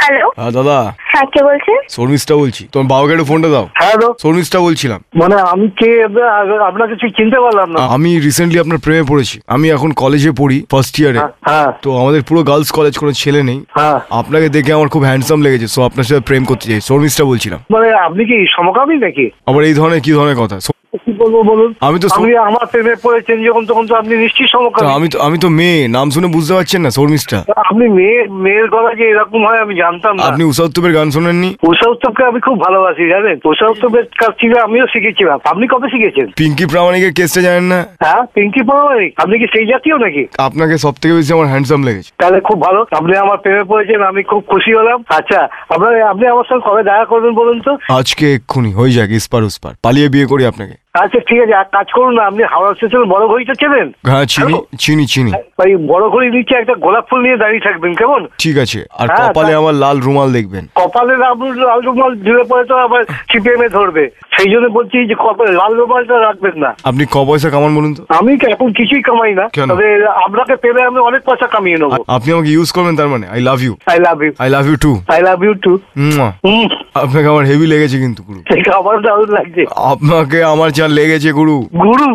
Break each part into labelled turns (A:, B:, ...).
A: Hello
B: হ্যাঁ দাদা
A: হ্যাঁ কে বলছেন
B: শর্মিষ্ঠা বলছি তোমার বাবাকে একটু ফোনটা দাও
C: হ্যালো
B: শর্মিষ্ঠা বলছিলাম
C: হ্যাঁ মানে আমি কে এব- আ- আপনাকে ঠিক চিনতে পারলাম না
B: আমি রিসেন্টলি আপনার প্রেমে পড়েছি আমি এখন কলেজে পড়ি ফার্স্ট ইয়ারে
C: হ্যাঁ
B: তো আমাদের পুরো গার্লস কলেজ কোনো ছেলে নেই
C: হ্যাঁ
B: আপনাকে দেখে আমার খুব হ্যান্ডসাম লেগেছে সো আপনার সাথে প্রেম করতে চাই শর্মিষ্ঠা বলছিলাম
C: মানে আপনি কি সমকামী নাকি
B: আবার এই ধরনের কি ধরনের কথা So,
C: কি বলবো বলুন
B: আমি তো
C: আপনি
B: সম-
C: আমার প্রেমে পড়েছেন যখন তখন তো আপনি নিশ্চয়ই
B: তা
C: সমকামী
B: আমি তো আমি তো মেয়ে নাম শুনে বুঝতে পারছেন না শর্মিষ্ঠা
C: আপনি মেয়ে মেয়ের গলা যে এরকম হয় আমি জানতাম না
B: আপনি উষা উত্তপের গান শোনেননি
C: উষা উত্তবকে আমি খুব ভালোবাসি জানেন উষা উত্তবের কাছ থেকে আমিও শিখেছিলাম আপনি কবে শিখেছেন
B: পিঙ্কি প্রামাণিকের কেসটা জানেন না
C: হ্যাঁ পিঙ্কি পাওয়ারিক আপনি কি সেই জাতীয় নাকি
B: আপনাকে সব থেকে বেশি আমার হ্যান্ডসাম লেগেছে
C: তাহলে খুব ভালো আপনি আমার প্রেমে পড়েছেন আমি খুব খুশি হলাম আচ্ছা আপনার আপনি আমার সঙ্গে কবে দেখা করবেন বলুন তো
B: আজকে এক্ষুনি হয়ে যাক ইস্পার উস্পার পালিয়ে বিয়ে করি আপনাকে
C: আচ্ছা ঠিক আছে এক কাজ করুন না আপনি হাওড়া স্টেশন বড় ঘড়িটা চেনেন
B: হ্যাঁ চিনি
C: হ্যালো?
B: চিনি চিনি
C: ওই বড় ঘড়ি নিচে একটা গোলাপ ফুল নিয়ে দাঁড়িয়ে থাকবেন কেমন
B: ঠিক আছে আর
C: হ্যাঁ,
B: কপালে
C: তা-
B: আমার লাল রুমাল দেখবেন
C: কপালে লাল- লাল রুমাল দিলে পরে তো আবার সিপিএম এ ধরবে সেই জন্য বলছি যে কপালে লাল রুমালটা রাখবেন না
B: আপনি ক পয়সা কামান বলুন তো
C: আমি কি এখন কিছুই কামাই না
B: কেন?
C: তবে আপনাকে পেলে আমি অনেক পয়সা কামিয়ে নেবো
B: আ- আপনি আমাকে ইউজ করবেন তার মানে I love you
C: I love you
B: I love you too
C: I love you too
B: আপনাকে আমার হেভি লেগেছে কিন্তু গুরু
C: আমার দারুণ লাগছে
B: আপনাকে আমার যা লেগেছে গুরু
C: গুরু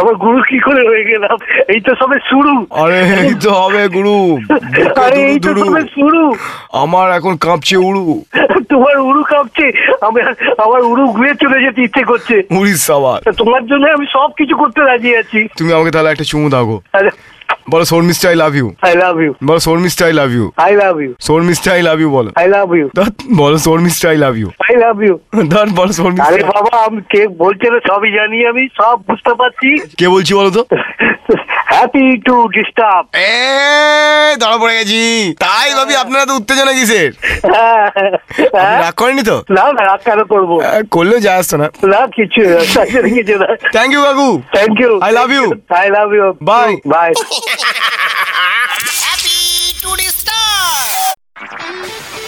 C: আমার গুরু কি করে হয়ে গেলাম এই তো সবে শুরু
B: আরে এই তো হবে গুরু বুকে
C: আরে এই তো
B: দুরু
C: সবে
B: দুরু।
C: শুরু
B: আমার এখন কাঁপছে উড়ু
C: তোমার উড়ু কাঁপছে আমি আমার উড়ু ঘুরে চলে যেতে ইচ্ছে করছে
B: উড়ি সাবার
C: তা তোমার জন্য আমি সব কিছু করতে রাজি আছি
B: তুমি আমাকে তাহলে একটা চুমু দাগো বলো Sharmistha I love you
C: I love you
B: বলো Sharmistha I love you
C: I love you
B: Sharmistha I love you বলো
C: আই লাভ ইউ
B: ধ্যাৎ, বলো Sharmistha I love you
C: I love you
B: ধর বলো
C: আরে
B: শর্মিষ্ঠা
C: বাবা আমি কে বলছে না সবই জানি আমি সব বুঝতে পারছি
B: কে বলছি বলো তো
C: হ্যাপি টু ডিস্টার্ব
B: এ ধরা পড়ে গেছি তাই ভাবি আপনারা তো উত্তেজনা কিসের আপনি রাগ করেননি তো
C: হ্যাঁ, না না রাগ কেন করবো
B: আহ, করলেও যা আসতো না
C: না কিছু কিছু না
B: থ্যাংক ইউ কাকু
C: thank you
B: I love you.
C: I love you
B: Bye.
C: By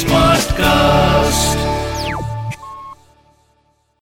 D: Smartcast.